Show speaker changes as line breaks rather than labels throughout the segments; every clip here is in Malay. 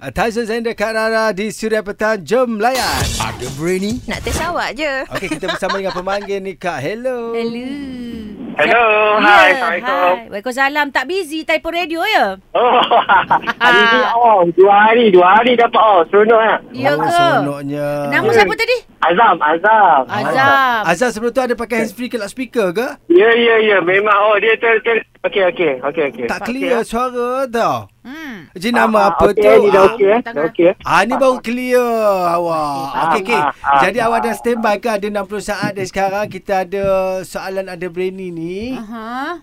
Uh, Tyson Zander Kak Rara di Suria Petang. Jom layan.
Ada berani?
Nak test awak je.
Okey, kita bersama dengan pemanggil ni Kak. Hello.
Hello.
Hello, Oh, hi, Assalamualaikum.
Hai. Waalaikumsalam. Tak busy type radio ya?
Oh, hari ni,
Ah.
oh, dua hari, dua hari dapat, oh, seronok lah.
Ya
oh,
ke?
Seronoknya.
Nama siapa tadi?
Azam, Azam.
Azam.
Azhar sebelum tu ada pakai handsfree ke loudspeaker ke?
Ya, ya, ya, memang, oh, dia ter, ter, okey, okey, okey, okey.
Tak clear suara tau.
Hmm.
Jadi nama apa
Ah, okay,
tu?
Ni dah
Ah,
okey, eh, dah okey. eh.
Ah ni baru clear awak. Okey okey.
ah, ah,
Jadi awak dah standby ke ada 60 saat dari sekarang kita ada soalan ada brainy ni.
Aha.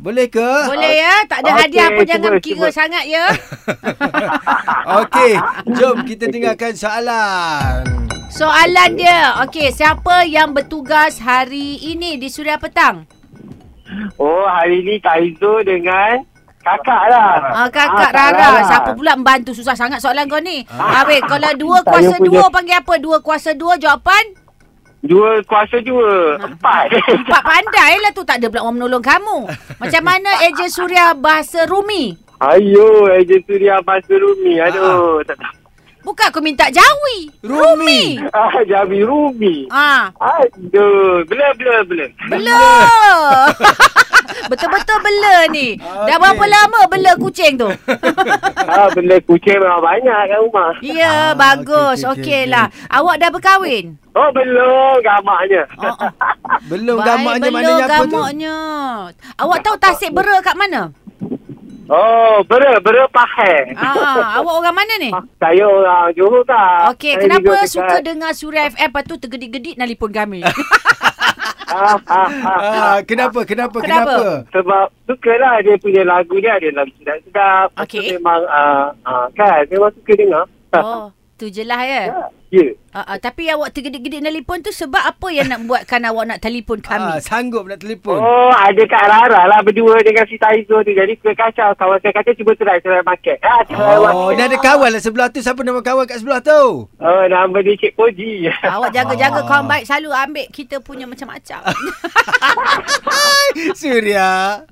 Boleh ke?
Boleh ya? Tak ada
Okey,
hadiah pun
cuba,
jangan kira
cuba.
sangat ya.
Okey, jom kita dengarkan soalan.
Soalan dia. Okey, siapa yang bertugas hari ini di Suria Petang?
Oh, hari ni Taizo dengan kakak lah.
Ah, kakak Rara. Siapa pula membantu susah sangat soalan kau ni? Ah, weh, kalau dua
Saya
kuasa
punya-
dua panggil apa? Dua kuasa dua jawapan?
Dua kuasa dua, empat.
Ah. Empat pandai lah tu. Tak ada pula orang menolong kamu. Macam mana ejen Suria bahasa Rumi?
Ayo, ejen Surya Bahasa Rumi. Aduh, tak
Ah,
tahu.
Bukan aku minta Jawi.
Rumi.
Ah, Jabi Rumi.
Ah,
Aduh, bela, bela, bela.
bela. Betul-betul bela ni.
Ah,
Dah
Okey.
berapa lama bela kucing tu?
ah, benda kucing memang banyak kat rumah.
Ah,
Ya, bagus.
okey, okey,
Okey
okey.
lah. Awak dah berkahwin?
Oh, belum gamaknya.
Oh, oh.
Belum
Baik,
gamaknya
bela
maknanya apa tu?
gamaknya. Awak tahu tasik bera kat mana?
Oh, bera, bera pahal.
Ah, ah, awak orang mana ni?
Saya orang Johor tak.
Okey, kenapa suka dengar Suria FM lepas tu tergedik-gedik nelpon kami?
Ah, ah, ah.
Ah, kenapa kenapa
Kenapa?
kenapa?
Sebab sukalah dia punya lagu dia ada lagu sedap-sedap. Lepas tu
Okey.
Memang, ah, ah, kan, memang suka dengar.
oh, tu je lah ya.
Ya. Yeah.
Ah, ah, tapi awak tergedik-gedik telefon tu sebab apa yang nak buatkan awak nak telefon
Ah,
kami?
sanggup nak telefon.
Oh, ada Kak Rara lah berdua dengan si Taizo tu. Jadi, kena kacau. Kawan saya kata, cuba try, try market. Ah, try
Oh,
market.
ni ada kawan lah sebelah tu. Siapa nama kawan kat sebelah tu?
Oh, nama dia Cik Poji.
awak
Ah.
jaga-jaga kawan baik selalu ambil kita punya macam-macam.
Surya.